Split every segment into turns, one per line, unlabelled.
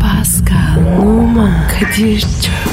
Pascal, Oman, Kadir çok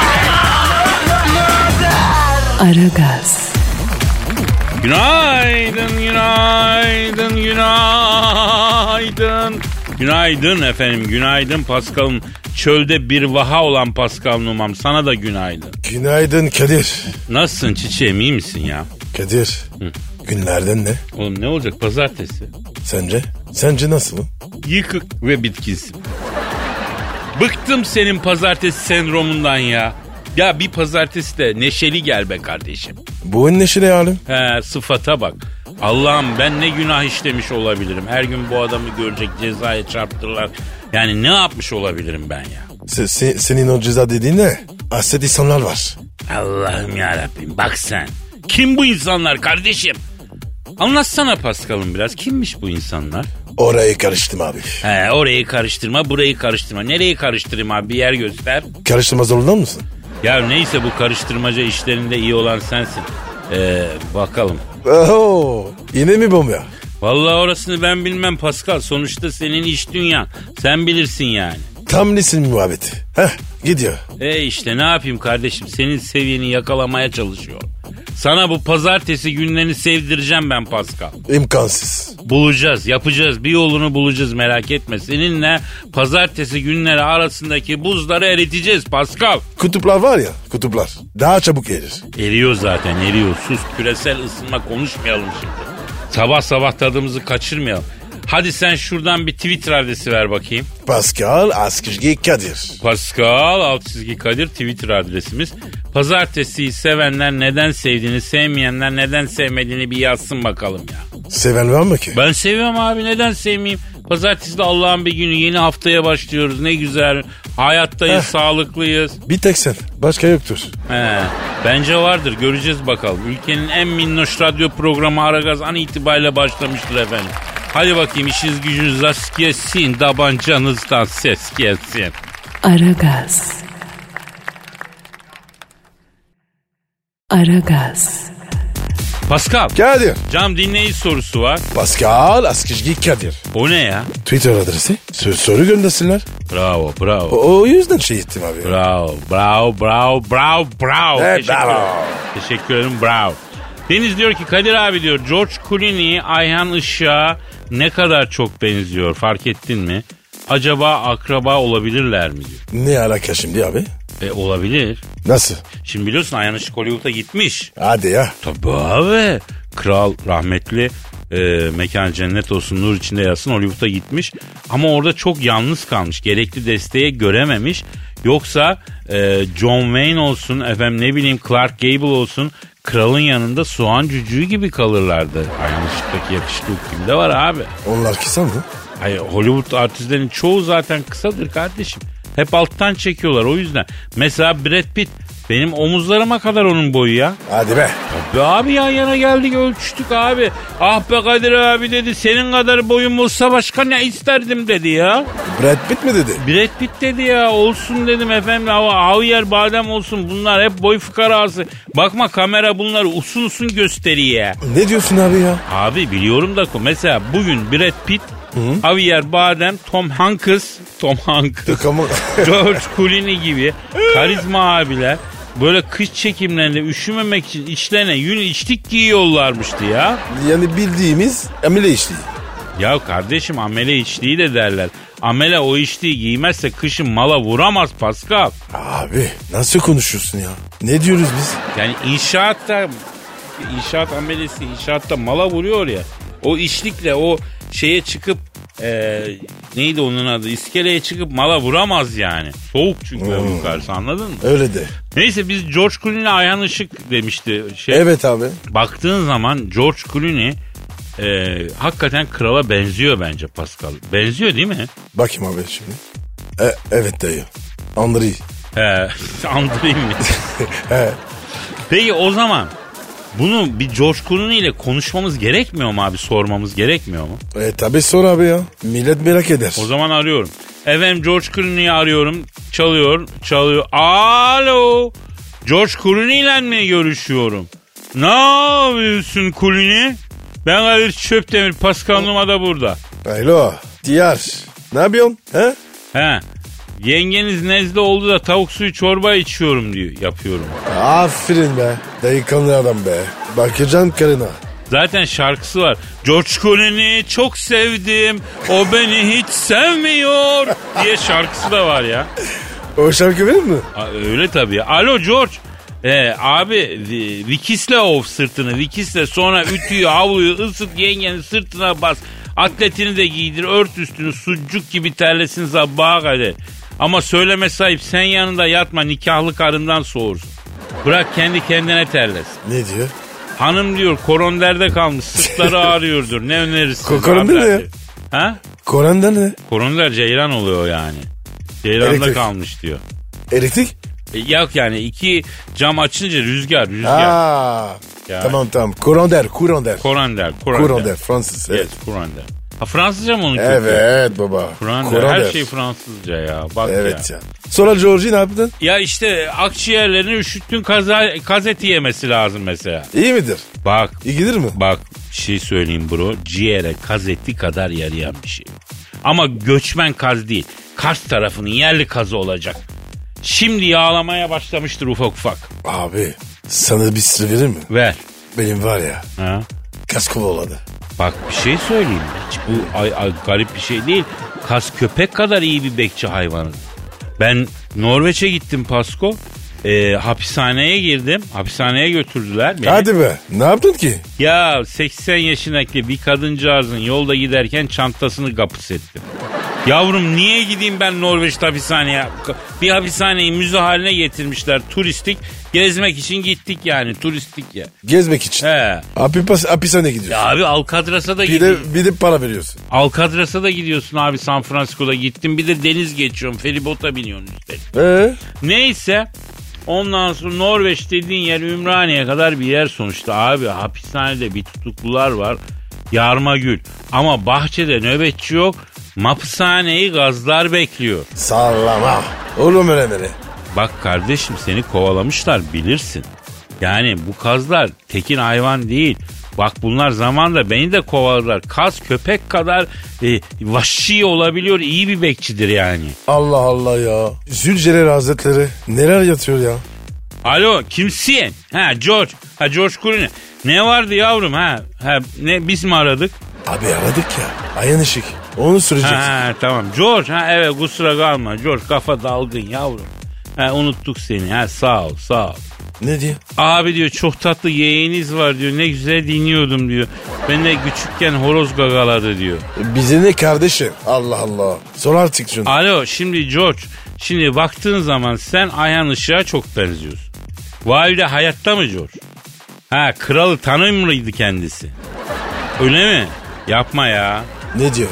Aragaz,
Günaydın, günaydın, günaydın. Günaydın efendim, günaydın Paskal'ım. Çölde bir vaha olan Paskal Numam. Sana da günaydın.
Günaydın Kadir.
Nasılsın çiçeğim, iyi misin ya?
Kadir. Günlerden ne?
Oğlum ne olacak pazartesi?
Sence? Sence nasıl?
Yıkık ve bitkisin. Bıktım senin pazartesi sendromundan ya. Ya bir pazartesi de neşeli gel be kardeşim.
Bu neşeli halim.
He sıfata bak. Allah'ım ben ne günah işlemiş olabilirim. Her gün bu adamı görecek cezaya çarptırlar. Yani ne yapmış olabilirim ben ya?
Se- se- senin o ceza dediğin ne? Aset insanlar var.
Allah'ım ya Rabbim bak sen. Kim bu insanlar kardeşim? Anlatsana Paskal'ım biraz. Kimmiş bu insanlar?
Orayı karıştım abi.
He orayı karıştırma, burayı karıştırma. Nereyi karıştırayım abi? Bir yer göster.
Karıştırma zorunda mısın?
Ya neyse bu karıştırmaca işlerinde iyi olan sensin. Ee, bakalım.
Oo, yine mi bomba?
Vallahi orasını ben bilmem Pascal. Sonuçta senin iş dünyan. Sen bilirsin yani.
Tam lisin muhabbeti. Heh, gidiyor.
E işte ne yapayım kardeşim senin seviyeni yakalamaya çalışıyorum. Sana bu pazartesi günlerini sevdireceğim ben Pascal.
İmkansız.
Bulacağız, yapacağız, bir yolunu bulacağız merak etme. Seninle pazartesi günleri arasındaki buzları eriteceğiz Pascal.
Kutuplar var ya, kutuplar. Daha çabuk erir.
Eriyor zaten eriyor. Sus küresel ısınma konuşmayalım şimdi. Sabah sabah tadımızı kaçırmayalım. Hadi sen şuradan bir Twitter adresi ver bakayım.
Pascal Askışgi Kadir.
Pascal alt çizgi Kadir Twitter adresimiz. Pazartesiyi sevenler neden sevdiğini, sevmeyenler neden sevmediğini bir yazsın bakalım ya.
Seven var mı ki?
Ben seviyorum abi neden sevmeyeyim? Pazartesi de Allah'ın bir günü yeni haftaya başlıyoruz ne güzel. Hayattayız, sağlıklıyız.
Bir tek sen. Başka yoktur.
He, bence vardır göreceğiz bakalım. Ülkenin en minnoş radyo programı Aragaz an itibariyle başlamıştır efendim. Hadi bakayım işiniz gücünüz rast gelsin, tabancanızdan ses gelsin.
Aragaz. Aragaz,
Pascal.
Kadir.
Cam dinleyici sorusu var.
Pascal Askışgi Kadir.
O ne ya?
Twitter adresi. Sö- soru göndersinler.
Bravo, bravo.
O, o yüzden şey ettim abi.
Bravo, bravo, bravo, bravo, bravo.
Evet,
Teşekkür
bravo.
ederim. Teşekkür ederim, bravo. Deniz diyor ki Kadir abi diyor George Clooney Ayhan Işık'a ne kadar çok benziyor fark ettin mi? Acaba akraba olabilirler mi diyor.
Ne alaka şimdi abi?
E olabilir.
Nasıl?
Şimdi biliyorsun Ayhan Işık Hollywood'a gitmiş.
Hadi ya.
Tabii abi. Kral rahmetli e, mekan cennet olsun nur içinde yatsın Hollywood'a gitmiş. Ama orada çok yalnız kalmış. Gerekli desteğe görememiş. Yoksa e, John Wayne olsun efendim ne bileyim Clark Gable olsun kralın yanında soğan cücüğü gibi kalırlardı. Aynı ışıktaki yakışıklı kimde var abi?
Onlar kısa mı?
Hayır Hollywood artistlerin çoğu zaten kısadır kardeşim. Hep alttan çekiyorlar o yüzden. Mesela Brad Pitt benim omuzlarıma kadar onun boyu ya.
Hadi be.
Be abi yan yana geldik ölçüştük abi. Ah be Kadir abi dedi senin kadar boyum olsa başka ne isterdim dedi ya.
Brad Pitt mi dedi?
Brad Pitt dedi ya olsun dedim efendim hava Javier Badem olsun bunlar hep boy fıkarası. Bakma kamera bunları usun usun gösteriyor.
Ne diyorsun abi ya?
Abi biliyorum da mesela bugün Brad Pitt, Javier Badem, Tom Hanks, Tom Hanks.
Yok ama...
George Clooney gibi karizma abiler böyle kış çekimlerinde üşümemek için içlerine yün içlik giyiyorlarmıştı ya.
yani bildiğimiz amele işliği.
Ya kardeşim amele içliği de derler. Amele o içliği giymezse kışın mala vuramaz Pascal.
Abi nasıl konuşuyorsun ya? Ne diyoruz biz?
Yani inşaatta inşaat amelesi inşaatta mala vuruyor ya. O içlikle o şeye çıkıp e, neydi onun adı iskeleye çıkıp mala vuramaz yani. Soğuk çünkü hmm. yukarısı anladın mı?
Öyle de.
Neyse biz George Clooney'le Ayhan Işık demişti. Şey,
Evet abi.
Baktığın zaman George Clooney e, hakikaten krala benziyor bence Pascal. Benziyor değil mi?
Bakayım abi şimdi. E, evet dayı. Henry.
He, andırayım mı? Peki o zaman bunu bir coşkunun ile konuşmamız gerekmiyor mu abi? Sormamız gerekmiyor mu?
E tabi sor abi ya. Millet merak eder.
O zaman arıyorum. Efendim George Clooney'i arıyorum. Çalıyor, çalıyor. Alo. George Clooney ile mi görüşüyorum? Ne yapıyorsun Clooney? Ben Kadir Çöptemir. Pascal Numa da burada.
Alo. Diyar. Ne yapıyorsun? He?
He. Yengeniz nezle oldu da tavuk suyu çorba içiyorum diyor. Yapıyorum.
Aferin be. Delikanlı adam be. Bakacaksın karına.
Zaten şarkısı var. George Clooney'i çok sevdim. O beni hiç sevmiyor diye şarkısı da var ya.
O şarkı verir mi?
A- Öyle tabii. Alo George. Ee, abi vi- Vikis'le of sırtını. Vikis'le sonra ütüyü, havluyu ısıt yengeni sırtına bas. Atletini de giydir. Ört üstünü sucuk gibi terlesin sabaha kadar. Ama söyleme sahip sen yanında yatma nikahlı karından soğursun. Bırak kendi kendine terlesin.
Ne diyor?
Hanım diyor koronderde kalmış sırtları ağrıyordur. Ne önerirsin?
Ko- koronder
hanımefendi?
ne ya?
Ha?
Koran'da ne?
Koronder ceylan oluyor yani. Ceylanda
Elektrik.
kalmış diyor.
Elektrik?
E, Yok yani iki cam açınca rüzgar rüzgar.
Aa.
Ya.
Tamam tamam. Kurander, kurander.
Korander. Korander.
Kurander, Fransız.
Evet
Evet.
Korander. Ha Fransızca mı onun kökü?
Evet baba.
Korander. Her
Kurander.
şey Fransızca ya. Bak
Evet
ya.
ya. Sonra George'i ne yaptın?
Ya işte akciğerlerini üşüttün kaza, kazeti yemesi lazım mesela.
İyi midir?
Bak
İyi gider mi?
bak bir şey söyleyeyim bro. Ciğere kazeti kadar yarayan bir şey. Ama göçmen kaz değil. Kars tarafının yerli kazı olacak. Şimdi yağlamaya başlamıştır ufak ufak.
Abi sana bir sır vereyim mi?
Ver.
Benim var ya
Ha?
kas kovaladı.
Bak bir şey söyleyeyim. mi? Hiç bu ay, ay- garip bir şey değil. Kas köpek kadar iyi bir bekçi hayvanı. Ben Norveç'e gittim Pasko. Ee, hapishaneye girdim. Hapishaneye götürdüler beni.
Hadi be ne yaptın ki?
Ya 80 yaşındaki bir kadıncağızın yolda giderken çantasını kapıs ettim. Yavrum niye gideyim ben Norveç'te hapishaneye? Bir hapishaneyi müze haline getirmişler turistik. Gezmek için gittik yani turistik ya.
Gezmek için.
He.
Abi pas, hapishaneye
Ya
gidiyorsun.
abi Alcatras'a da
bir
gidiyor.
de, bir de para veriyorsun.
Alcatraz'a da gidiyorsun abi San Francisco'da gittim. Bir de deniz geçiyorum. Feribota biniyorsun üstelik.
Ee?
Neyse ondan sonra Norveç dediğin yer Ümraniye kadar bir yer sonuçta abi. Hapishanede bir tutuklular var. Yarma gül. Ama bahçede nöbetçi yok. Mapsaneyi gazlar bekliyor.
Sallama. Oğlum öyle böyle.
Bak kardeşim seni kovalamışlar bilirsin. Yani bu kazlar tekin hayvan değil. Bak bunlar zamanla beni de kovaladılar. Kaz köpek kadar e, vahşi olabiliyor. iyi bir bekçidir yani.
Allah Allah ya. Zülcelal Hazretleri neler yatıyor ya?
Alo kimsin? Ha George. Ha George Clooney. Ne vardı yavrum ha? Ha ne biz mi aradık?
Abi aradık ya. Ayın ışık. Onu
Ha,
süreceksin.
ha, tamam. George ha evet kusura kalma. George kafa dalgın yavrum. Ha unuttuk seni. Ha sağ ol sağ ol.
Ne diyor?
Abi diyor çok tatlı yeğeniniz var diyor. Ne güzel dinliyordum diyor. Ben de küçükken horoz gagaladı diyor.
Bize ne kardeşim? Allah Allah. Sor artık şunu.
Alo şimdi George. Şimdi baktığın zaman sen Ayhan Işık'a çok benziyorsun. Valide hayatta mı George? Ha kralı tanımlıydı kendisi. Öyle mi? Yapma ya.
Ne diyor?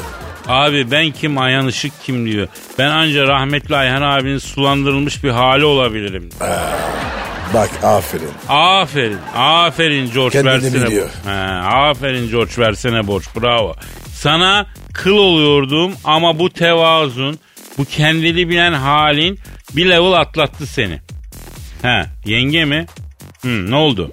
Abi ben kim Ayhan Işık kim diyor. Ben anca rahmetli Ayhan abinin sulandırılmış bir hali olabilirim.
Bak aferin.
Aferin. Aferin George
Kendini
versene.
biliyor.
Ha, aferin George versene borç. Bravo. Sana kıl oluyordum ama bu tevazun, bu kendini bilen halin bir level atlattı seni. He, yenge mi? Hı, ne oldu?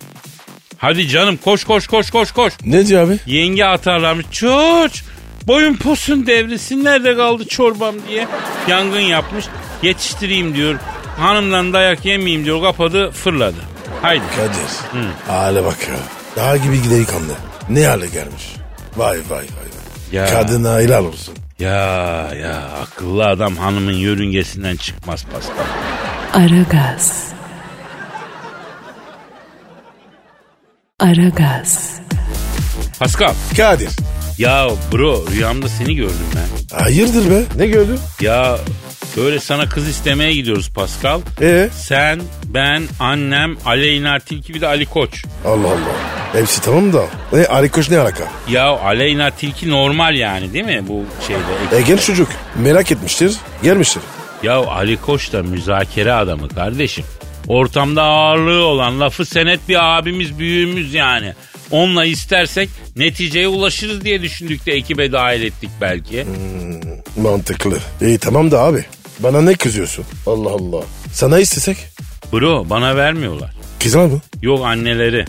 Hadi canım koş koş koş koş koş.
Ne diyor abi?
Yenge atarlarmış. Çoç boyun posun devrilsin nerede kaldı çorbam diye. Yangın yapmış. Yetiştireyim diyor. Hanımdan dayak yemeyeyim diyor. Kapadı fırladı. Haydi.
Kadir. Hale bak ya. Daha gibi giderik anne. Ne hale gelmiş. Vay vay vay. vay.
Ya.
Kadına helal olsun.
Ya ya akıllı adam hanımın yörüngesinden çıkmaz Pascal.
Aragaz. Aragaz.
Pascal.
Kadir.
Ya bro rüyamda seni gördüm ben.
Hayırdır be? Ne gördün?
Ya böyle sana kız istemeye gidiyoruz Pascal.
Ee?
Sen, ben, annem, Aleyna Tilki bir de Ali Koç.
Allah Allah. Hepsi tamam da. E, Ali Koç ne alaka?
Ya Aleyna Tilki normal yani değil mi bu şeyde?
E genç çocuk merak etmiştir. Gelmiştir.
Ya Ali Koç da müzakere adamı kardeşim. Ortamda ağırlığı olan lafı senet bir abimiz büyüğümüz yani. Onunla istersek neticeye ulaşırız diye düşündük de ekibe dahil ettik belki.
Mantıklı. İyi tamam da abi. Bana ne kızıyorsun? Allah Allah. Sana istesek?
Bro bana vermiyorlar.
Kızar mı?
Yok anneleri.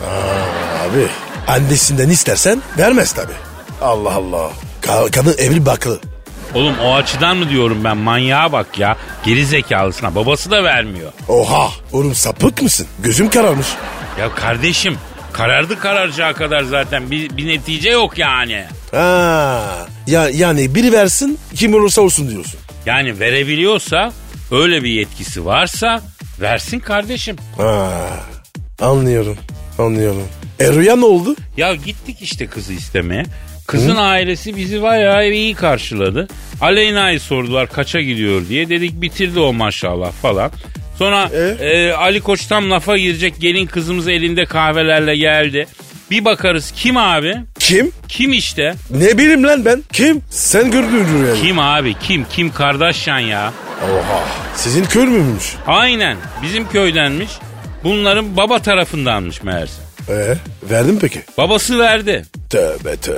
Abi. Annesinden istersen vermez tabi. Allah Allah. Ka- kadın evli baklı.
Oğlum o açıdan mı diyorum ben manyağa bak ya. Geri zekalısına babası da vermiyor.
Oha. Oğlum sapık mısın? Gözüm kararmış.
Ya kardeşim karardı kararacağı kadar zaten bir, bir netice yok yani.
Ha. Ya, yani biri versin kim olursa olsun diyorsun.
Yani verebiliyorsa öyle bir yetkisi varsa versin kardeşim.
Ha. Anlıyorum. Anlıyorum. E rüya ne oldu?
Ya gittik işte kızı istemeye. Kızın ailesi bizi bayağı iyi karşıladı. Aleyna'yı sordular kaça gidiyor diye. Dedik bitirdi o maşallah falan. Sonra
E?
e, Ali Koç tam lafa girecek gelin kızımız elinde kahvelerle geldi. Bir bakarız kim abi?
Kim?
Kim işte?
Ne bileyim lan ben? Kim? Sen gördün rüyayı.
Kim abi? Kim? Kim Kardashian ya?
Oha. Sizin kör müymüş?
Aynen bizim köydenmiş. Bunların baba tarafındanmış meğerse.
E, verdin mi peki?
Babası verdi.
Tövbe tövbe.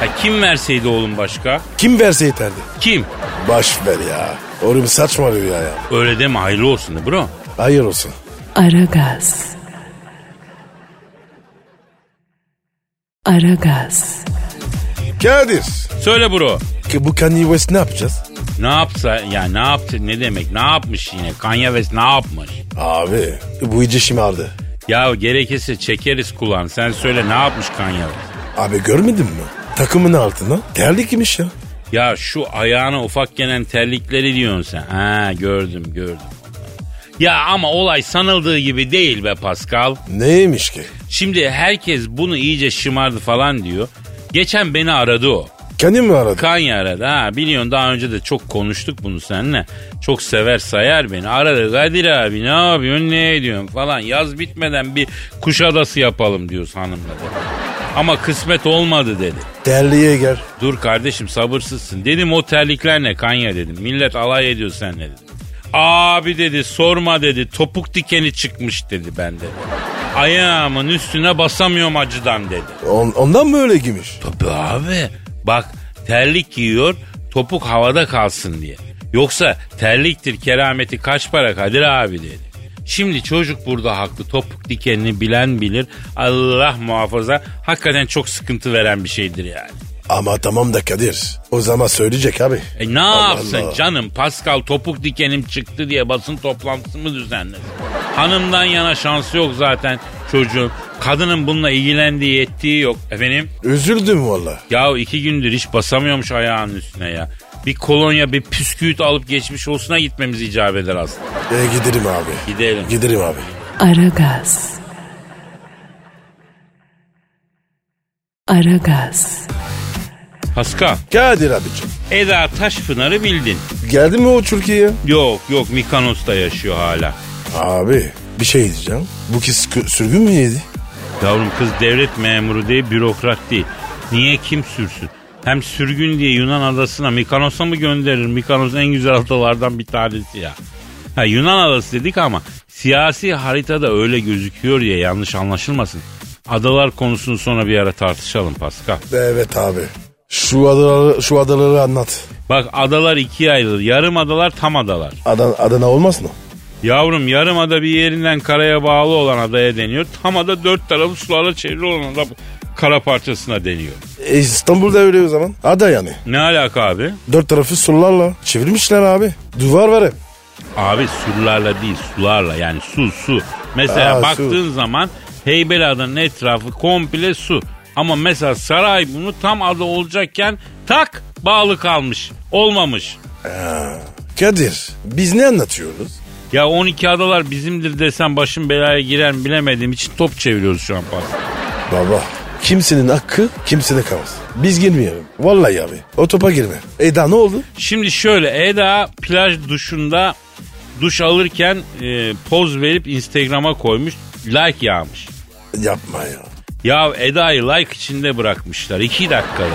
Ha, kim verseydi oğlum başka?
Kim verse yeterdi.
Kim?
Baş ver ya. Oğlum saçma rüya ya.
Öyle deme hayırlı olsun de bro.
Hayır olsun.
Aragaz. Aragaz.
Kadir.
Söyle bro.
Ki bu Kanye West ne yapacağız?
Ne yapsa ya ne yaptı ne demek ne yapmış yine Kanye West ne yapmış?
Abi bu iyice şımardı.
Ya gerekirse çekeriz kulağını sen söyle ne yapmış Kanye West?
Abi görmedin mi? Takımın altına terlik imiş ya.
Ya şu ayağına ufak gelen terlikleri diyorsun sen. Ha gördüm gördüm. Ya ama olay sanıldığı gibi değil be Pascal.
Neymiş ki?
Şimdi herkes bunu iyice şımardı falan diyor. Geçen beni aradı o.
Kanye mi aradı?
Kanye aradı ha biliyorsun daha önce de çok konuştuk bunu seninle. Çok sever sayar beni. Aradı Kadir abi ne yapıyorsun ne ediyorsun falan. Yaz bitmeden bir kuşadası yapalım diyoruz hanımla da. Ama kısmet olmadı dedi.
Terliğe gel.
Dur kardeşim sabırsızsın. Dedim o terlikler ne Kanye dedim. Millet alay ediyor seninle dedim. Abi dedi sorma dedi topuk dikeni çıkmış dedi ben dedi. Ayağımın üstüne basamıyorum acıdan dedi.
On- ondan mı öyle giymiş?
Tabii abi. Bak terlik giyiyor topuk havada kalsın diye. Yoksa terliktir kerameti kaç para Kadir abi dedi. Şimdi çocuk burada haklı. Topuk dikenini bilen bilir. Allah muhafaza hakikaten çok sıkıntı veren bir şeydir yani.
Ama tamam da Kadir. O zaman söyleyecek abi.
E ne
Allah
yapsın
Allah.
canım Pascal topuk dikenim çıktı diye basın toplantısı mı düzenledi? Hanımdan yana şansı yok zaten çocuğun. Kadının bununla ilgilendiği yettiği yok. Efendim?
Üzüldüm valla.
Yahu iki gündür hiç basamıyormuş ayağının üstüne ya. Bir kolonya bir püsküvit alıp geçmiş olsuna gitmemiz icap eder aslında.
E, giderim abi.
Gidelim.
Giderim abi.
Aragaz. Aragaz.
Pascal,
Kadir abicim.
Eda Taşpınar'ı bildin.
Geldi mi o Türkiye'ye?
Yok yok Mikanos'ta yaşıyor hala.
Abi bir şey diyeceğim. Bu kız kü- sürgün mü yedi?
Yavrum kız devlet memuru değil bürokrat değil. Niye kim sürsün? Hem sürgün diye Yunan adasına Mikonos'a mı gönderir? Mikonos en güzel adalardan bir tanesi ya. Ha, Yunan adası dedik ama siyasi haritada öyle gözüküyor ya yanlış anlaşılmasın. Adalar konusunu sonra bir ara tartışalım Pascal.
Evet abi. Şu adaları, şu adaları anlat.
Bak adalar ikiye ayrılır. Yarım adalar tam adalar.
Adana, Adana olmaz mı?
Yavrum yarım ada bir yerinden karaya bağlı olan adaya deniyor. Tam ada dört tarafı sularla çevrili olan ada kara parçasına deniyor.
E, İstanbul'da öyle o zaman. Ada yani.
Ne alaka abi?
Dört tarafı surlarla çevirmişler abi. Duvar var hep.
Abi surlarla değil sularla yani su su. Mesela
Aa, su.
baktığın zaman Heybeliada'nın etrafı komple su. Ama mesela saray bunu tam adı olacakken tak bağlı kalmış. Olmamış.
Kadir biz ne anlatıyoruz?
Ya 12 adalar bizimdir desem başım belaya girer mi bilemediğim için top çeviriyoruz şu an pas.
Baba kimsenin hakkı kimsede kalmaz. Biz girmeyelim. Vallahi abi o topa girme. Eda ne oldu?
Şimdi şöyle Eda plaj duşunda duş alırken e, poz verip Instagram'a koymuş. Like yağmış.
Yapma ya.
Ya Eda'yı like içinde bırakmışlar. 2 dakikada.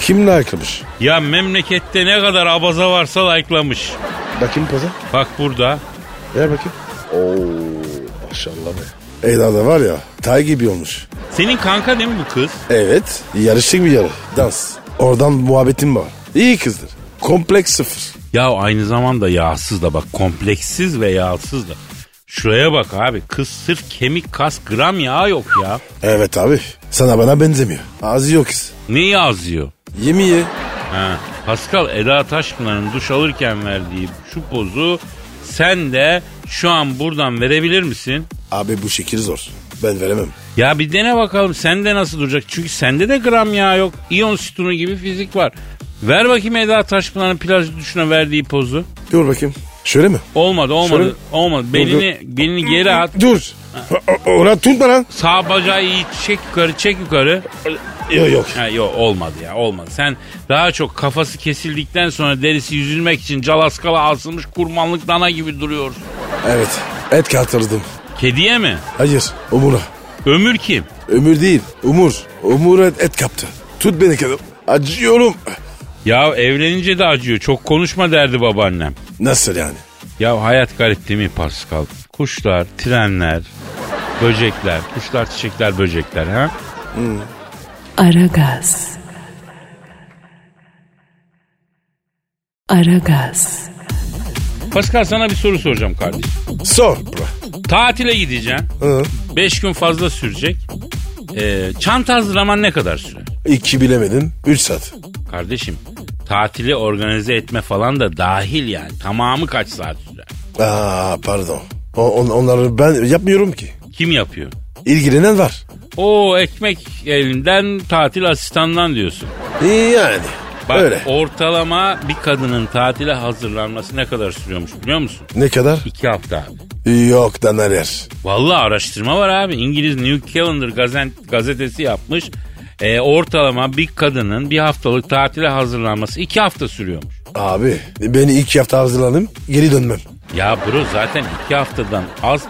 Kim like'lamış?
Ya memlekette ne kadar abaza varsa like'lamış.
Bakayım paza.
Bak burada.
Ver bakayım. Oo maşallah be. Eda da var ya tay gibi olmuş.
Senin kanka değil mi bu kız?
Evet yarıştık bir yarı. Dans. Oradan muhabbetim var. İyi kızdır. Kompleks sıfır.
Ya aynı zamanda yağsız da bak kompleksiz ve yağsız da. Şuraya bak abi kız sırf kemik kas gram yağ yok ya.
Evet abi. Sana bana benzemiyor. Ağzı yok kız.
Ne yazıyor?
Yemi ye.
Ha, Pascal Eda Taşpınar'ın duş alırken verdiği şu pozu sen de şu an buradan verebilir misin?
Abi bu şekil zor. Ben veremem.
Ya bir dene bakalım sende nasıl duracak? Çünkü sende de gram yağ yok. İyon sütunu gibi fizik var. Ver bakayım Eda Taşpınar'ın plaj duşuna verdiği pozu.
Dur bakayım. Şöyle mi?
Olmadı olmadı
Şöyle-
olmadı. Belini, belini geri at.
Dur. Orada tutma lan.
Sağ bacağı iyi çek yukarı çek yukarı.
Yok yok.
Ha, yok olmadı ya olmadı. Sen daha çok kafası kesildikten sonra derisi yüzülmek için calaskala asılmış kurmanlık dana gibi duruyorsun.
Evet. Et katırdım.
Kediye mi?
Hayır. Umur'a.
Ömür kim?
Ömür değil. Umur. Umur'a et kaptı. Tut beni kadın. Acıyorum.
Ya evlenince de acıyor. Çok konuşma derdi babaannem.
Nasıl yani?
Ya hayat garip değil mi Pascal? Kuşlar, trenler, böcekler, kuşlar, çiçekler, böcekler ha?
Aragaz. Aragaz.
Pascal sana bir soru soracağım kardeşim.
Sor bro.
Tatile gideceksin.
Hı.
Beş gün fazla sürecek. Ee, çanta hazırlaman ne kadar sürer?
İki bilemedin. Üç saat.
Kardeşim tatili organize etme falan da dahil yani. Tamamı kaç saat sürer?
Aa pardon. O- on- onları ben yapmıyorum ki.
Kim yapıyor?
İlgilenen var.
O ekmek elinden tatil asistanından diyorsun.
Yani.
Bak
Öyle.
ortalama bir kadının tatile hazırlanması ne kadar sürüyormuş biliyor musun?
Ne kadar?
İki hafta abi.
Yok Daner.
Vallahi araştırma var abi. İngiliz New Calendar gazen- gazetesi yapmış. Ee, ortalama bir kadının bir haftalık tatile hazırlanması iki hafta sürüyormuş.
Abi beni iki hafta hazırlanayım geri dönmem.
Ya bro zaten iki haftadan az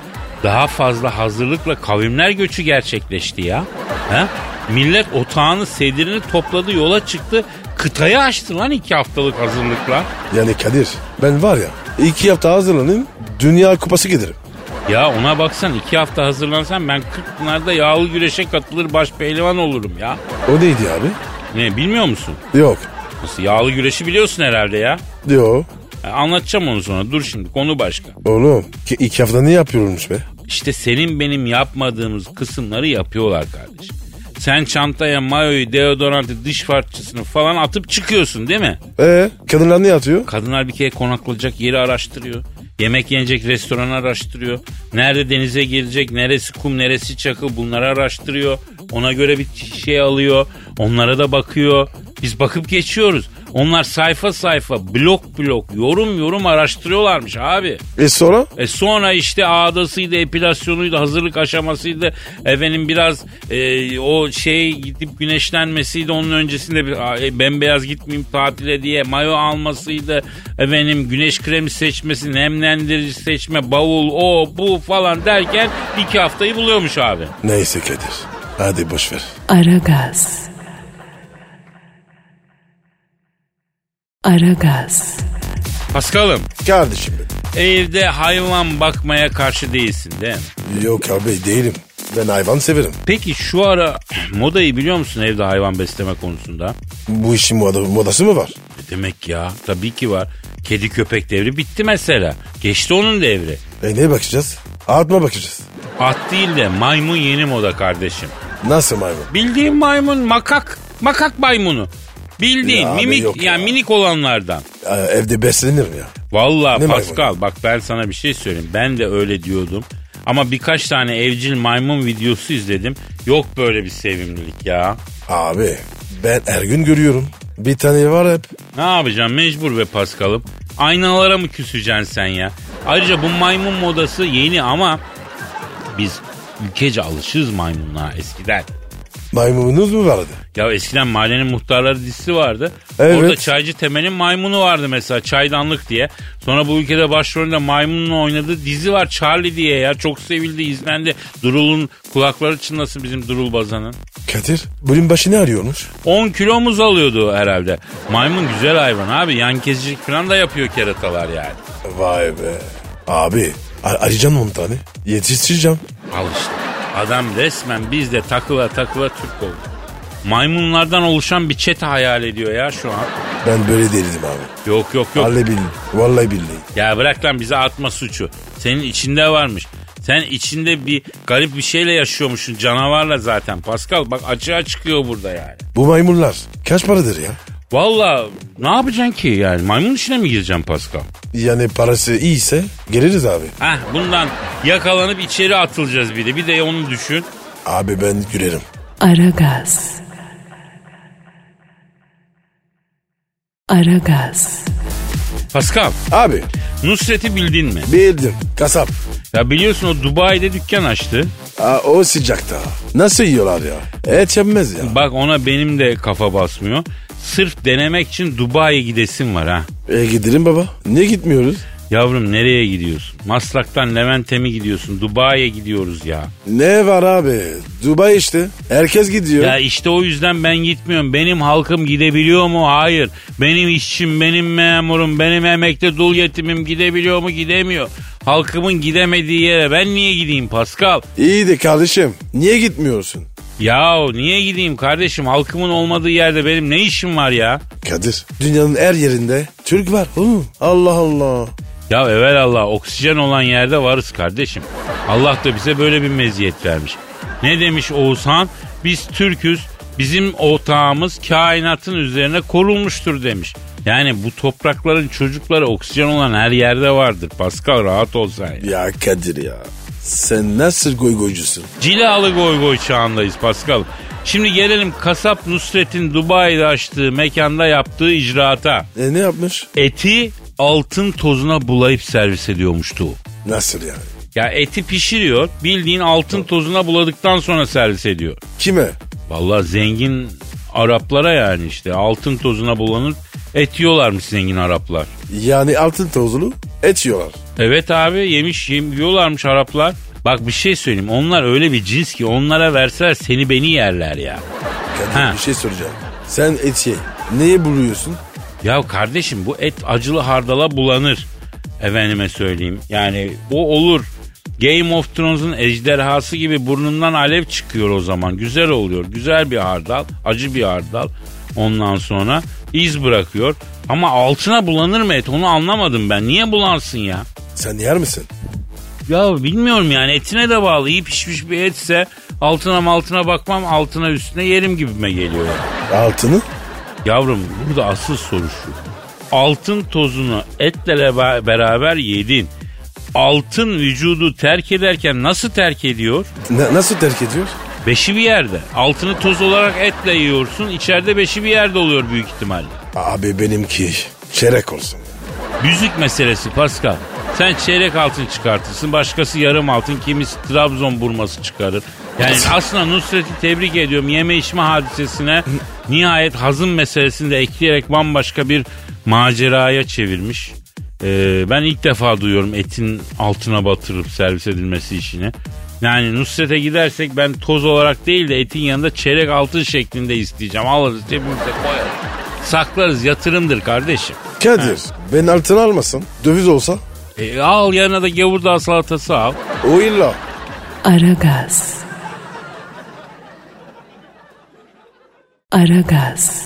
daha fazla hazırlıkla kavimler göçü gerçekleşti ya. He? Millet otağını sedirini topladı yola çıktı. Kıtayı açtı lan iki haftalık hazırlıkla.
Yani Kadir ben var ya iki hafta hazırlanayım dünya kupası giderim.
Ya ona baksan iki hafta hazırlansam ben 40 pınarda yağlı güreşe katılır baş pehlivan olurum ya.
O neydi abi?
Ne bilmiyor musun?
Yok.
Nasıl yağlı güreşi biliyorsun herhalde ya.
Yok.
Ya Anlatacağım onu sonra dur şimdi konu başka.
Oğlum ki- iki hafta ne yapıyormuş be?
İşte senin benim yapmadığımız kısımları yapıyorlar kardeşim. Sen çantaya mayoyu, deodorantı, diş fırçasını falan atıp çıkıyorsun değil mi?
Ee kadınlar ne yatıyor?
Kadınlar bir kere konaklayacak yeri araştırıyor. Yemek yenecek restoranı araştırıyor. Nerede denize girecek, neresi kum, neresi çakıl bunları araştırıyor. Ona göre bir şey alıyor. Onlara da bakıyor. Biz bakıp geçiyoruz. Onlar sayfa sayfa, blok blok, yorum yorum araştırıyorlarmış abi.
E sonra?
E sonra işte ağdasıydı, epilasyonuydu, hazırlık aşamasıydı. Efendim biraz e, o şey gidip güneşlenmesiydi. Onun öncesinde bir "Aa, e, bembeyaz gitmeyeyim tatile diye mayo almasıydı. Efendim güneş kremi seçmesi, nemlendirici seçme, bavul o bu falan derken iki haftayı buluyormuş abi.
Neyse Kadir. Hadi boş ver.
Aragaz. Aragaz.
Paskal'ım
Kardeşim benim.
evde hayvan bakmaya karşı değilsin değil mi?
Yok abi değilim. Ben hayvan severim.
Peki şu ara modayı biliyor musun evde hayvan besleme konusunda?
Bu işin moda- modası mı var?
Ne demek ya? Tabii ki var. Kedi köpek devri bitti mesela. Geçti onun devri.
E neye bakacağız? Atma bakacağız.
At değil de maymun yeni moda kardeşim.
Nasıl maymun?
Bildiğin maymun makak. Makak maymunu. Bildiğin
Ya abi
mimik
yok
yani
ya.
minik olanlardan.
Ee, evde beslenirim ya.
Vallahi
Ne
Pascal bak ben sana bir şey söyleyeyim. Ben de öyle diyordum. Ama birkaç tane evcil maymun videosu izledim. Yok böyle bir sevimlilik ya.
Abi ben her gün görüyorum. Bir tane var hep.
Ne yapacağım mecbur be Paskal'ım. Aynalara mı küseceksin sen ya? Ayrıca bu maymun modası yeni ama biz ülkece alışırız maymunluğa eskiden.
Maymununuz mu vardı?
Ya eskiden mahallenin muhtarları dizisi vardı.
Evet.
Orada çaycı Temel'in maymunu vardı mesela çaydanlık diye. Sonra bu ülkede başrolünde maymunun oynadığı dizi var Charlie diye ya. Çok sevildi, izlendi. Durul'un kulakları çınlasın bizim Durul Bazan'ın.
Kadir bölüm başı ne arıyormuş?
10 kilo muz alıyordu herhalde. Maymun güzel hayvan abi. Yan kesicilik falan da yapıyor keratalar yani.
Vay be. Abi ar- arayacağım onu tane. Yetiştireceğim.
Al işte. Adam resmen bizde takıla takıla Türk oldu. Maymunlardan oluşan bir çete hayal ediyor ya şu an.
Ben böyle değildim abi.
Yok yok yok.
Vallahi billahi. Vallahi billahi.
Ya bırak lan bize atma suçu. Senin içinde varmış. Sen içinde bir garip bir şeyle yaşıyormuşsun canavarla zaten. Pascal bak açığa çıkıyor burada yani.
Bu maymunlar kaç paradır ya?
Valla ne yapacaksın ki yani maymun işine mi gireceksin Pascal?
Yani parası iyiyse geliriz abi.
Heh bundan yakalanıp içeri atılacağız bir de. Bir de onu düşün.
Abi ben gülerim.
Aragaz. Aragaz.
Pascal
Abi
Nusret'i bildin mi?
bildim. Kasap.
Ya biliyorsun o Dubai'de dükkan açtı.
Aa, o sıcakta. Nasıl yiyorlar ya? Et yenmez ya.
Bak ona benim de kafa basmıyor. Sırf denemek için Dubai'ye gidesim var ha.
E gidelim baba. Niye gitmiyoruz?
Yavrum nereye gidiyorsun? Maslak'tan Levent'e mi gidiyorsun? Dubai'ye gidiyoruz ya.
Ne var abi? Dubai işte. Herkes gidiyor.
Ya işte o yüzden ben gitmiyorum. Benim halkım gidebiliyor mu? Hayır. Benim işçim, benim memurum, benim emekli dul yetimim gidebiliyor mu? Gidemiyor. Halkımın gidemediği yere ben niye gideyim Pascal?
İyi de kardeşim. Niye gitmiyorsun?
Yahu niye gideyim kardeşim? Halkımın olmadığı yerde benim ne işim var ya?
Kadir. Dünyanın her yerinde Türk var oğlum. Allah Allah.
Ya evvel Allah oksijen olan yerde varız kardeşim. Allah da bize böyle bir meziyet vermiş. Ne demiş Oğuzhan? Biz Türküz, bizim otağımız kainatın üzerine korunmuştur demiş. Yani bu toprakların çocukları oksijen olan her yerde vardır. Pascal rahat ol sen. ya.
Ya Kadir ya. Sen nasıl goygoycusun?
Cilalı goy goy çağındayız Pascal. Şimdi gelelim kasap Nusret'in Dubai'de açtığı mekanda yaptığı icraata.
E ne yapmış?
Eti altın tozuna bulayıp servis ediyormuştu. o.
Nasıl yani?
Ya eti pişiriyor. Bildiğin altın tozuna buladıktan sonra servis ediyor.
Kime?
Vallahi zengin Araplara yani işte altın tozuna bulanıp et yiyorlarmış zengin Araplar.
Yani altın tozlu et yiyorlar.
Evet abi yemiş yem- yiyorlarmış Araplar. Bak bir şey söyleyeyim onlar öyle bir cins ki onlara verseler seni beni yerler ya.
Kadir
Ha.
bir şey soracağım. Sen et ye. Neye buluyorsun?
Ya kardeşim bu et acılı hardala bulanır. Efendime söyleyeyim. Yani bu olur. Game of Thrones'un ejderhası gibi burnundan alev çıkıyor o zaman. Güzel oluyor. Güzel bir hardal. Acı bir hardal. Ondan sonra iz bırakıyor. Ama altına bulanır mı et? Onu anlamadım ben. Niye bulansın ya?
Sen yer misin?
Ya bilmiyorum yani etine de bağlı. İyi pişmiş bir etse altına altına bakmam altına üstüne yerim gibime geliyor.
Altını?
Yavrum burada asıl soru şu. Altın tozunu etle leba- beraber yedin. Altın vücudu terk ederken nasıl terk ediyor?
Na- nasıl terk ediyor?
Beşi bir yerde. Altını toz olarak etle yiyorsun. İçeride beşi bir yerde oluyor büyük ihtimalle.
Abi benimki çeyrek olsun.
Yüzük meselesi Pascal. Sen çeyrek altın çıkartırsın. Başkası yarım altın. Kimisi Trabzon burması çıkarır. Yani aslında Nusret'i tebrik ediyorum. Yeme içme hadisesine nihayet hazım meselesini de ekleyerek bambaşka bir maceraya çevirmiş. Ee, ben ilk defa duyuyorum etin altına batırıp servis edilmesi işini. Yani Nusret'e gidersek ben toz olarak değil de etin yanında çeyrek altın şeklinde isteyeceğim. Alırız cebimize koyarız. Saklarız yatırımdır kardeşim.
Kadir ben altın almasın. Döviz olsa.
E, al yanına da gavurdağ salatası al.
O illa.
Aragaz. Aragaz.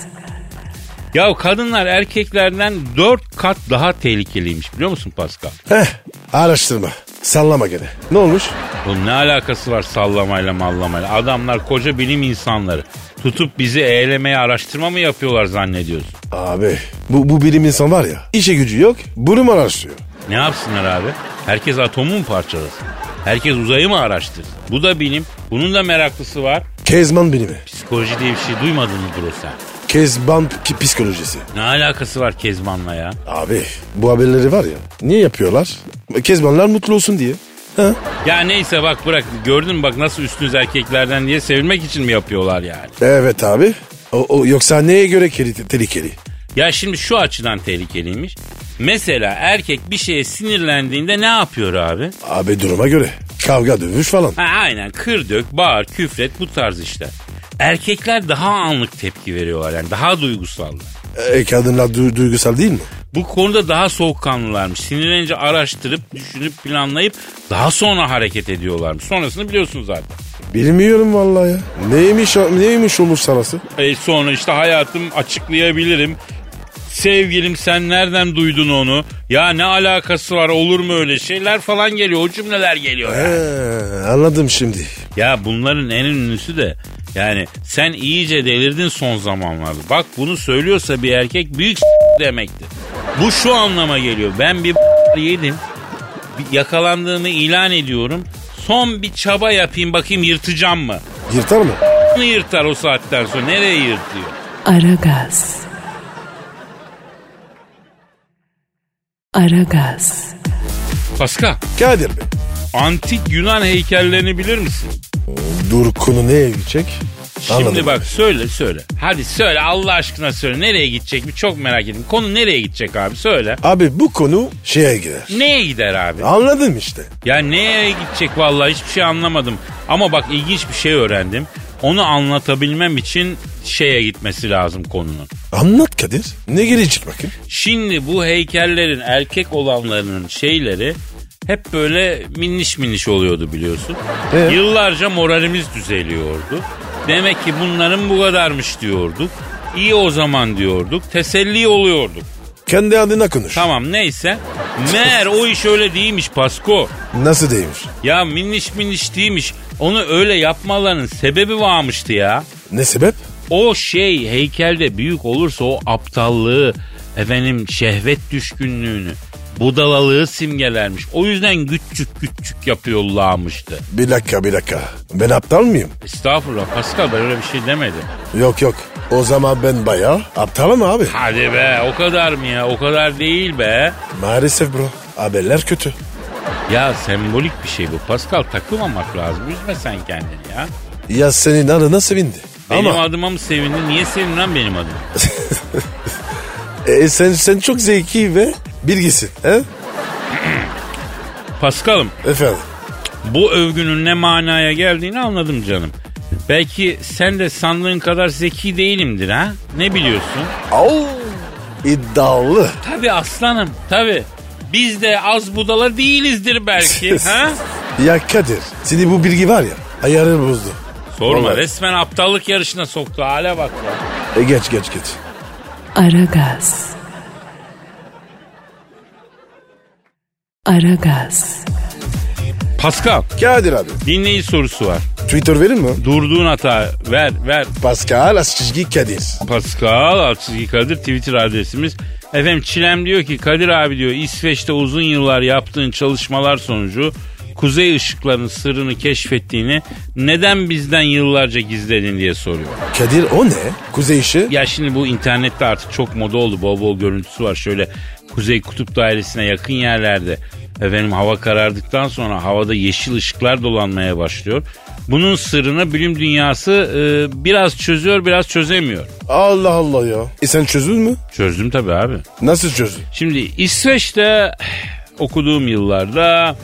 Ya kadınlar erkeklerden 4 kat daha tehlikeliymiş biliyor musun Pascal?
Heh araştırma. Sallama gene. Ne olmuş?
Bunun ne alakası var sallamayla mallamayla? Adamlar koca bilim insanları. Tutup bizi eğlemeye araştırma mı yapıyorlar zannediyorsun?
Abi bu, bu bilim insan var ya işe gücü yok bunu mu araştırıyor?
Ne yapsınlar abi? Herkes atomu mu parçalasın? Herkes uzayı mı araştırsın? Bu da bilim. Bunun da meraklısı var.
Kezban bilimi.
Psikoloji diye bir şey duymadın mı bro sen?
Kezban p- psikolojisi.
Ne alakası var Kezban'la ya?
Abi bu haberleri var ya niye yapıyorlar? Kezbanlar mutlu olsun diye. Ha?
Ya neyse bak bırak gördün mü bak nasıl üstünüz erkeklerden diye sevilmek için mi yapıyorlar yani?
Evet abi. O, o, yoksa neye göre keli- tehlikeli?
Ya şimdi şu açıdan tehlikeliymiş. Mesela erkek bir şeye sinirlendiğinde ne yapıyor abi?
Abi duruma göre. Kavga dövüş falan.
Ha, aynen kır dök, bağır, küfret bu tarz işler. Erkekler daha anlık tepki veriyorlar yani daha duygusallar.
E, kadınlar du- duygusal değil mi?
Bu konuda daha soğukkanlılarmış. Sinirlenince araştırıp, düşünüp, planlayıp daha sonra hareket ediyorlarmış. Sonrasını biliyorsunuz zaten.
Bilmiyorum vallahi ya. Neymiş, o- neymiş olur sanası?
E sonra işte hayatım açıklayabilirim. Sevgilim sen nereden duydun onu? Ya ne alakası var olur mu öyle şeyler falan geliyor. O cümleler geliyor.
He, anladım şimdi.
Ya bunların en ünlüsü de yani sen iyice delirdin son zamanlarda. Bak bunu söylüyorsa bir erkek büyük s- demektir. Bu şu anlama geliyor. Ben bir s- yedim. Bir Yakalandığımı ilan ediyorum. Son bir çaba yapayım bakayım yırtacağım mı?
Yırtar mı?
Bunu yırtar o saatten sonra. Nereye yırtıyor?
Aragaz. Aragaz.
Paska,
Kadir Bey.
antik Yunan heykellerini bilir misin?
Dur konu neye gidecek?
Şimdi bak söyle söyle. Hadi söyle Allah aşkına söyle. Nereye gidecek? Bir çok merak ettim. Konu nereye gidecek abi? Söyle.
Abi bu konu şeye girer.
Neye gider abi?
Anladım işte.
Ya neye gidecek vallahi hiçbir şey anlamadım. Ama bak ilginç bir şey öğrendim. Onu anlatabilmem için şeye gitmesi lazım konunun.
Anlat Kadir. Ne girecek bakayım?
Şimdi bu heykellerin erkek olanlarının şeyleri hep böyle minniş minniş oluyordu biliyorsun.
Ee?
Yıllarca moralimiz düzeliyordu. Demek ki bunların bu kadarmış diyorduk. İyi o zaman diyorduk. Teselli oluyorduk.
Kendi adına konuş.
Tamam neyse. Meğer o iş öyle değilmiş Pasko.
Nasıl değilmiş?
Ya minniş minniş değilmiş. Onu öyle yapmalarının sebebi varmıştı ya.
Ne sebep?
O şey heykelde büyük olursa o aptallığı, efendim şehvet düşkünlüğünü, budalalığı simgelermiş. O yüzden küçük küçük yapıyorlarmıştı.
Bir dakika bir dakika. Ben aptal mıyım?
Estağfurullah Pascal ben öyle bir şey demedim.
Yok yok. O zaman ben bayağı aptalım abi.
Hadi be o kadar mı ya o kadar değil be.
Maalesef bro. Haberler kötü.
Ya sembolik bir şey bu Pascal takılmamak lazım üzme sen kendini ya.
Ya senin adına sevindi.
Benim
Ama
adıma mı sevindin niye sevindin lan benim adıma?
e, sen sen çok zeki ve bilgisin. He?
Pascal'ım
Efendim.
Bu övgünün ne manaya geldiğini anladım canım. Belki sen de sandığın kadar zeki değilimdir ha? Ne biliyorsun?
Au. İddialı.
Tabi aslanım tabi. Biz de az budala değilizdir belki ha?
Ya Kadir seni bu bilgi var ya ayarı bozdu.
Sorma
Vallahi.
resmen aptallık yarışına soktu hale bak ya.
E geç geç geç.
Aragaz. Aragaz.
Pascal
Kadir abi
dinleyici sorusu var.
Twitter verir mi?
Durduğun hata ver ver.
Pascal Askizgi Kadir.
Pascal Altçizgi Kadir Twitter adresimiz. Efendim Çilem diyor ki Kadir abi diyor İsveç'te uzun yıllar yaptığın çalışmalar sonucu kuzey ışıklarının sırrını keşfettiğini neden bizden yıllarca gizledin diye soruyor.
Kadir o ne? Kuzey işi.
Ya şimdi bu internette artık çok moda oldu. Bol bol görüntüsü var. Şöyle kuzey kutup dairesine yakın yerlerde efendim hava karardıktan sonra havada yeşil ışıklar dolanmaya başlıyor. Bunun sırrını bilim dünyası e, biraz çözüyor biraz çözemiyor.
Allah Allah ya. E sen çözdün mü?
Çözdüm tabii abi.
Nasıl çözdün?
Şimdi İsveç'te okuduğum yıllarda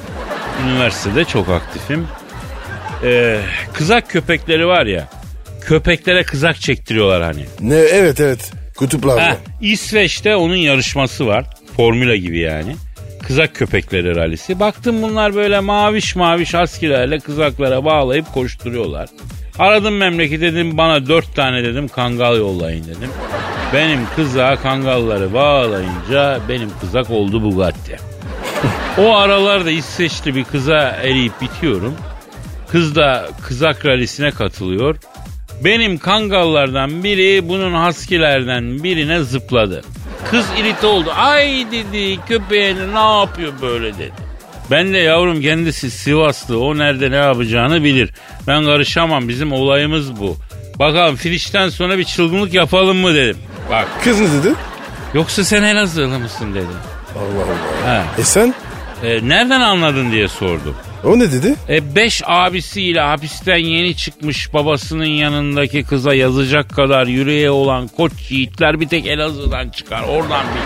üniversitede çok aktifim. Ee, kızak köpekleri var ya. Köpeklere kızak çektiriyorlar hani.
Ne evet evet.
Heh,
Kutuplarda.
İsveç'te onun yarışması var. Formula gibi yani. Kızak köpekleri rallisi. Baktım bunlar böyle maviş maviş askilerle kızaklara bağlayıp koşturuyorlar. Aradım memleket dedim bana dört tane dedim kangal yollayın dedim. Benim kızağa kangalları bağlayınca benim kızak oldu Bugatti. o aralarda İsveçli bir kıza eriyip bitiyorum. Kız da kızak rallisine katılıyor. Benim kangallardan biri bunun haskilerden birine zıpladı. Kız irite oldu. Ay dedi köpeğini ne yapıyor böyle dedi. Ben de yavrum kendisi Sivaslı o nerede ne yapacağını bilir. Ben karışamam bizim olayımız bu. Bakalım Filiş'ten sonra bir çılgınlık yapalım mı dedim. Bak
Kız ne dedi?
yoksa sen Elazığlı mısın dedi.
Allah Allah.
Ha.
E sen?
E, nereden anladın diye sordum.
O ne dedi?
E beş abisiyle hapisten yeni çıkmış babasının yanındaki kıza yazacak kadar yüreğe olan koç yiğitler bir tek Elazığ'dan çıkar oradan bir.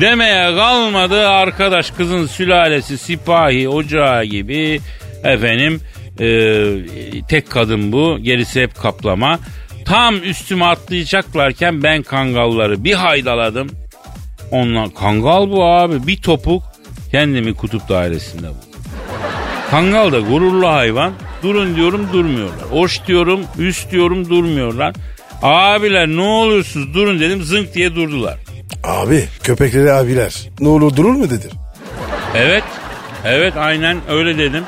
Demeye kalmadı arkadaş kızın sülalesi sipahi ocağı gibi efendim e, tek kadın bu gerisi hep kaplama. Tam üstüme atlayacaklarken ben kangalları bir haydaladım. Ondan kangal bu abi bir topuk kendimi kutup dairesinde buldum. Kangal da gururlu hayvan. Durun diyorum durmuyorlar. Hoş diyorum üst diyorum durmuyorlar. Abiler ne oluyorsunuz durun dedim zınk diye durdular.
Abi köpekleri abiler. Ne olur durur mu dedi.
Evet evet aynen öyle dedim.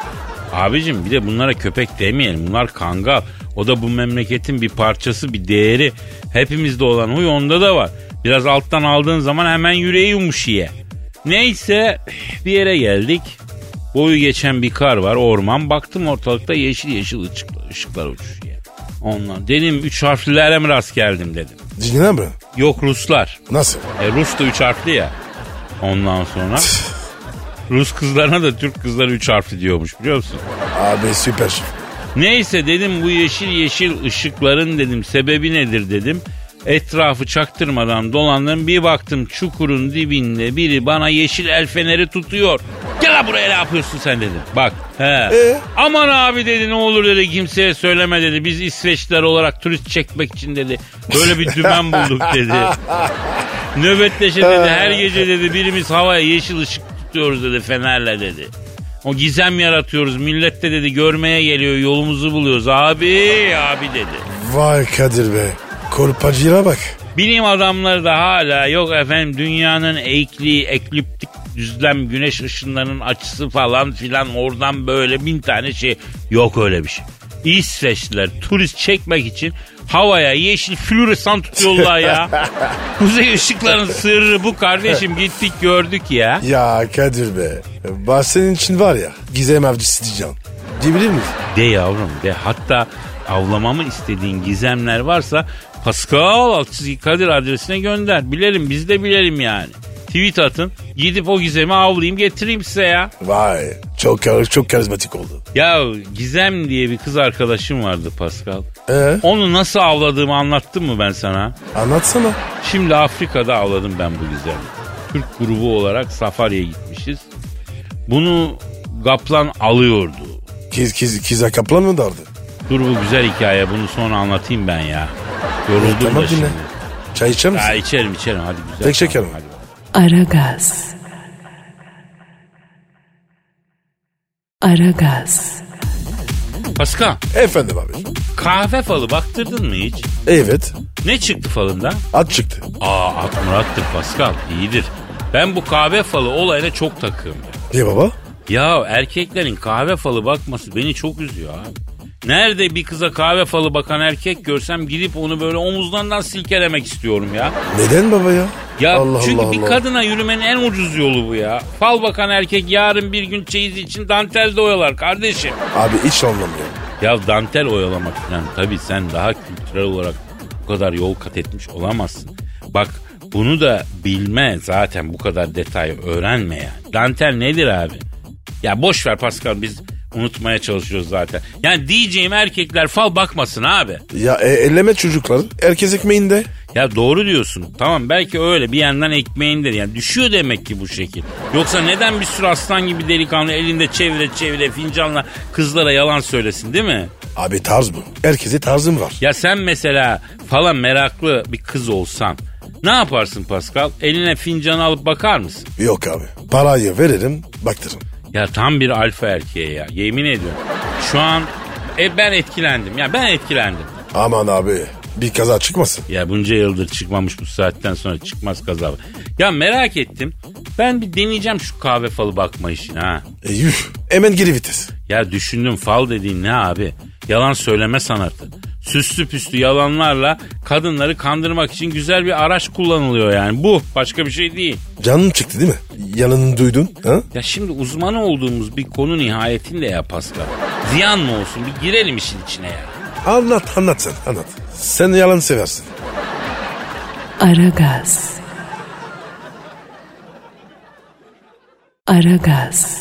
Abicim bir de bunlara köpek demeyelim bunlar kangal. O da bu memleketin bir parçası bir değeri. Hepimizde olan huy onda da var. Biraz alttan aldığın zaman hemen yüreği yumuşuyor. Neyse bir yere geldik. Boyu geçen bir kar var orman. Baktım ortalıkta yeşil yeşil ışıklar, ışıklar uçuşuyor. Ondan dedim üç harflilere mi rast geldim dedim.
Cingine mi?
Yok Ruslar.
Nasıl?
E, Rus da üç harfli ya. Ondan sonra Rus kızlarına da Türk kızları üç harfli diyormuş biliyor musun?
Abi süper şef.
Neyse dedim bu yeşil yeşil ışıkların dedim sebebi nedir dedim. Etrafı çaktırmadan dolandım bir baktım çukurun dibinde biri bana yeşil el feneri tutuyor. Gel lan buraya ne yapıyorsun sen dedim. Bak he.
Ee?
Aman abi dedi ne olur dedi kimseye söyleme dedi. Biz İsveçliler olarak turist çekmek için dedi. Böyle bir dümen bulduk dedi. Nöbetleşe dedi her gece dedi birimiz havaya yeşil ışık tutuyoruz dedi fenerle dedi. O gizem yaratıyoruz millet de dedi görmeye geliyor yolumuzu buluyoruz abi abi dedi.
Vay Kadir be. Korpacıya bak.
Bilim adamları da hala yok efendim dünyanın eğikliği ekliptik düzlem güneş ışınlarının açısı falan filan oradan böyle bin tane şey yok öyle bir şey. İsveçliler turist çekmek için havaya yeşil floresan tutuyorlar ya. Kuzey ışıkların sırrı bu kardeşim gittik gördük ya.
Ya Kadir be. Bahsenin için var ya. Gizem avcısı diyeceğim. Diyebilir miyiz?
De yavrum de hatta avlamamı istediğin gizemler varsa Pascal Altçizgi Kadir adresine gönder. Bilelim biz de bilelim yani. Tweet atın gidip o gizemi avlayayım getireyim size ya.
Vay. Çok kar- çok karizmatik oldu.
Ya Gizem diye bir kız arkadaşım vardı Pascal.
Ee?
Onu nasıl avladığımı anlattım mı ben sana?
Anlatsana.
Şimdi Afrika'da avladım ben bu gizemi. Türk grubu olarak safariye gitmişiz. Bunu Gaplan alıyordu.
Kiz, kiz, kiza kaplan mı dardı?
Dur bu güzel hikaye bunu sonra anlatayım ben ya. Yoruldum
Tamam
da
dinle.
şimdi.
Çay içer misin?
Ya içerim içerim hadi güzel.
Tek şeker mi?
Hadi.
Aragaz. Aragaz.
Paskal
Efendim abi.
kahve falı baktırdın mı hiç?
Evet.
Ne çıktı falında?
At çıktı.
Aa at murattır Pascal iyidir. Ben bu kahve falı olayına çok takığım. ya.
Niye baba?
Ya erkeklerin kahve falı bakması beni çok üzüyor abi. Nerede bir kıza kahve falı bakan erkek görsem gidip onu böyle omuzlarından silkelemek istiyorum ya.
Neden baba ya?
Ya
Allah
çünkü
Allah
bir
Allah.
kadına yürümenin en ucuz yolu bu ya. Fal bakan erkek yarın bir gün çeyiz için dantelde oyalar kardeşim.
Abi hiç anlamıyorum.
Ya dantel oyalamak falan tabii sen daha kültürel olarak bu kadar yol kat etmiş olamazsın. Bak bunu da bilme zaten bu kadar detayı öğrenme yani. Dantel nedir abi? Ya boş ver Pascal biz unutmaya çalışıyoruz zaten. Yani diyeceğim erkekler fal bakmasın abi.
Ya e, elleme çocukları. Herkes ekmeğinde.
Ya doğru diyorsun. Tamam belki öyle bir yandan ekmeğindir. Yani düşüyor demek ki bu şekil. Yoksa neden bir sürü aslan gibi delikanlı elinde çevire çevire fincanla kızlara yalan söylesin değil mi?
Abi tarz bu. Herkese tarzım var.
Ya sen mesela falan meraklı bir kız olsan ne yaparsın Pascal? Eline fincanı alıp bakar mısın?
Yok abi. Parayı veririm baktırım.
Ya tam bir alfa erkeğe ya yemin ediyorum. Şu an e, ben etkilendim ya ben etkilendim.
Aman abi. Bir kaza çıkmasın.
Ya bunca yıldır çıkmamış bu saatten sonra çıkmaz kaza. Ya merak ettim. Ben bir deneyeceğim şu kahve falı bakma işini ha.
E, yuh. Hemen geri vites.
Ya düşündüm fal dediğin ne abi? Yalan söyleme sanatı. Süslü püslü yalanlarla kadınları kandırmak için güzel bir araç kullanılıyor yani. Bu başka bir şey değil.
Canın çıktı değil mi? Yanını duydun. Ha?
Ya şimdi uzmanı olduğumuz bir konu nihayetinde ya Pascal. Ziyan mı olsun bir girelim işin içine ya.
Anlat anlat sen anlat. Sen yalan seversin.
Aragaz. Aragaz.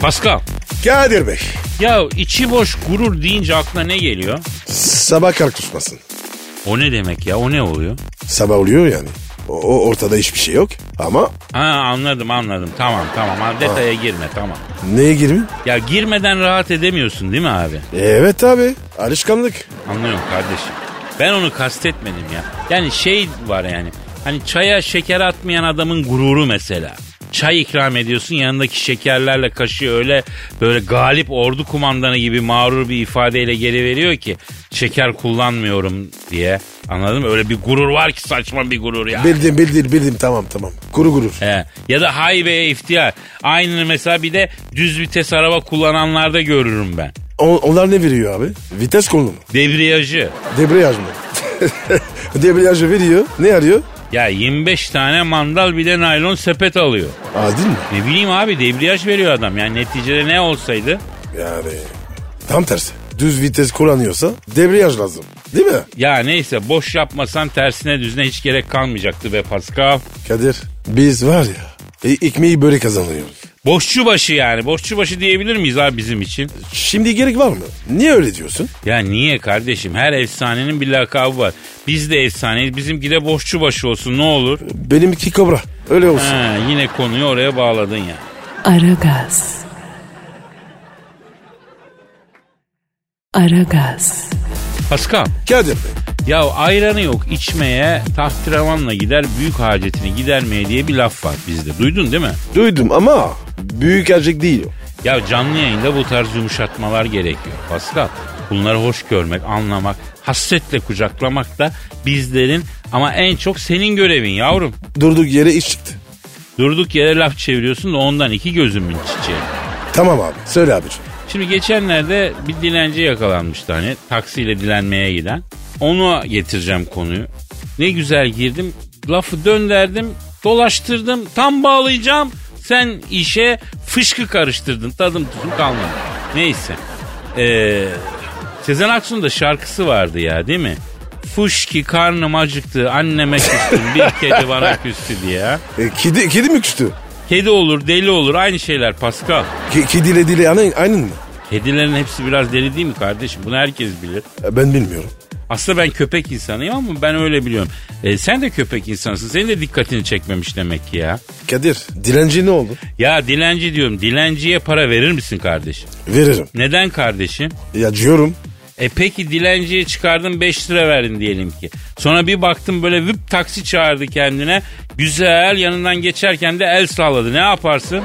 Pascal
Kadir Bey.
Ya içi boş gurur deyince aklına ne geliyor?
Sabah kar kusmasın.
O ne demek ya? O ne oluyor?
Sabah oluyor yani. O, o ortada hiçbir şey yok. Ama
Ha anladım anladım. Tamam tamam. Ha, detaya girme tamam.
neye girmeyeyim?
Ya girmeden rahat edemiyorsun değil mi abi?
Evet abi. Alışkanlık.
Anlıyorum kardeşim. Ben onu kastetmedim ya. Yani şey var yani. Hani çaya şeker atmayan adamın gururu mesela. Çay ikram ediyorsun yanındaki şekerlerle kaşığı öyle böyle galip ordu kumandanı gibi mağrur bir ifadeyle geri veriyor ki şeker kullanmıyorum diye. Anladın mı? Öyle bir gurur var ki saçma bir gurur ya.
Bildim bildim bildim tamam tamam. Kuru gurur.
He. Ya da haybeye iftihar. Aynı mesela bir de düz vites araba kullananlarda görürüm ben.
O- onlar ne veriyor abi? Vites kolunu mu?
Debriyajı.
Debriyaj mı? Debriyajı veriyor. Ne arıyor?
Ya 25 tane mandal bir de naylon sepet alıyor.
Az değil mi?
Ne bileyim abi debriyaj veriyor adam. Yani neticede ne olsaydı?
Yani tam tersi. Düz vites kullanıyorsa debriyaj lazım. Değil mi?
Ya neyse boş yapmasan tersine düzüne hiç gerek kalmayacaktı be Pascal.
Kadir biz var ya e, ekmeği böyle kazanıyoruz.
Boşçu başı yani. Boşçu başı diyebilir miyiz abi bizim için?
Şimdi gerek var mı? Niye öyle diyorsun?
Ya niye kardeşim? Her efsanenin bir lakabı var. Biz de efsaneyiz. Bizimki de boşçu başı olsun ne olur.
Benimki kobra. Öyle olsun.
Ha, yine konuyu oraya bağladın ya.
Aragaz. Aragaz.
Pascal.
Kadir Bey.
Ya ayranı yok içmeye tahtiravanla gider büyük hacetini gidermeye diye bir laf var bizde. Duydun değil mi?
Duydum ama büyük erkek değil o.
Ya canlı yayında bu tarz yumuşatmalar gerekiyor Pascal. Bunları hoş görmek, anlamak, hasretle kucaklamak da bizlerin ama en çok senin görevin yavrum.
Durduk yere iş çıktı.
Durduk yere laf çeviriyorsun da ondan iki gözümün çiçeği.
Tamam abi söyle abiciğim.
Şimdi geçenlerde bir dilenci yakalanmıştı hani taksiyle dilenmeye giden. Onu getireceğim konuyu. Ne güzel girdim lafı döndürdüm dolaştırdım tam bağlayacağım. Sen işe fışkı karıştırdın tadım tuzum kalmadı. Neyse. Ee, Sezen Aksu'nun da şarkısı vardı ya değil mi? Fışki karnım acıktı anneme küstüm bir kedi bana küstü diye.
E, kedi, kedi mi küstü?
Kedi olur deli olur aynı şeyler Pascal.
Ke, kediyle dili aynı, aynı mı?
Kedilerin hepsi biraz deli değil mi kardeşim? Bunu herkes bilir.
E, ben bilmiyorum.
Aslında ben köpek insanıyım ama ben öyle biliyorum. E, sen de köpek insansın. Senin de dikkatini çekmemiş demek ki ya.
Kadir dilenci ne oldu?
Ya dilenci diyorum. Dilenciye para verir misin kardeşim?
Veririm.
Neden kardeşim?
Ya diyorum.
E peki dilenciye çıkardın 5 lira verdin diyelim ki. Sonra bir baktın böyle vip taksi çağırdı kendine. Güzel yanından geçerken de el salladı. Ne yaparsın?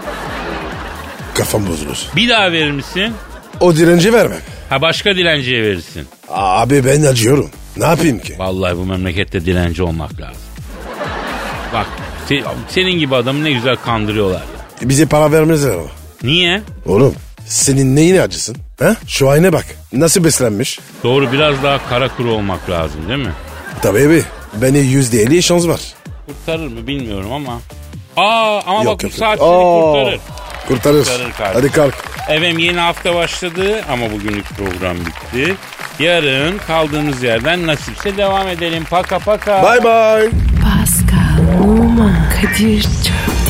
Kafam bozulur.
Bir daha verir misin?
O dilenci vermem.
Ha başka dilenciye verirsin.
Aa, Abi ben acıyorum. Ne yapayım ki?
Vallahi bu memlekette dilenci olmak lazım. Bak se- senin gibi adamı ne güzel kandırıyorlar. ya.
Bize para vermezler ama.
Niye?
Oğlum senin neyine acısın? Ha? Şu ayna bak. Nasıl beslenmiş?
Doğru biraz daha kara kuru olmak lazım değil mi?
Tabii abi. Beni yüzde elli şans var.
Kurtarır mı bilmiyorum ama. Aa ama bak bu saat seni
Aa,
kurtarır.
Kurtarır.
Kurtarır kardeşim.
Hadi kalk.
Efendim yeni hafta başladı ama bugünlük program bitti. Yarın kaldığımız yerden nasipse devam edelim. Paka paka.
Bye bye.
Pascal, Oman, Kadir çok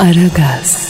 Aragaz.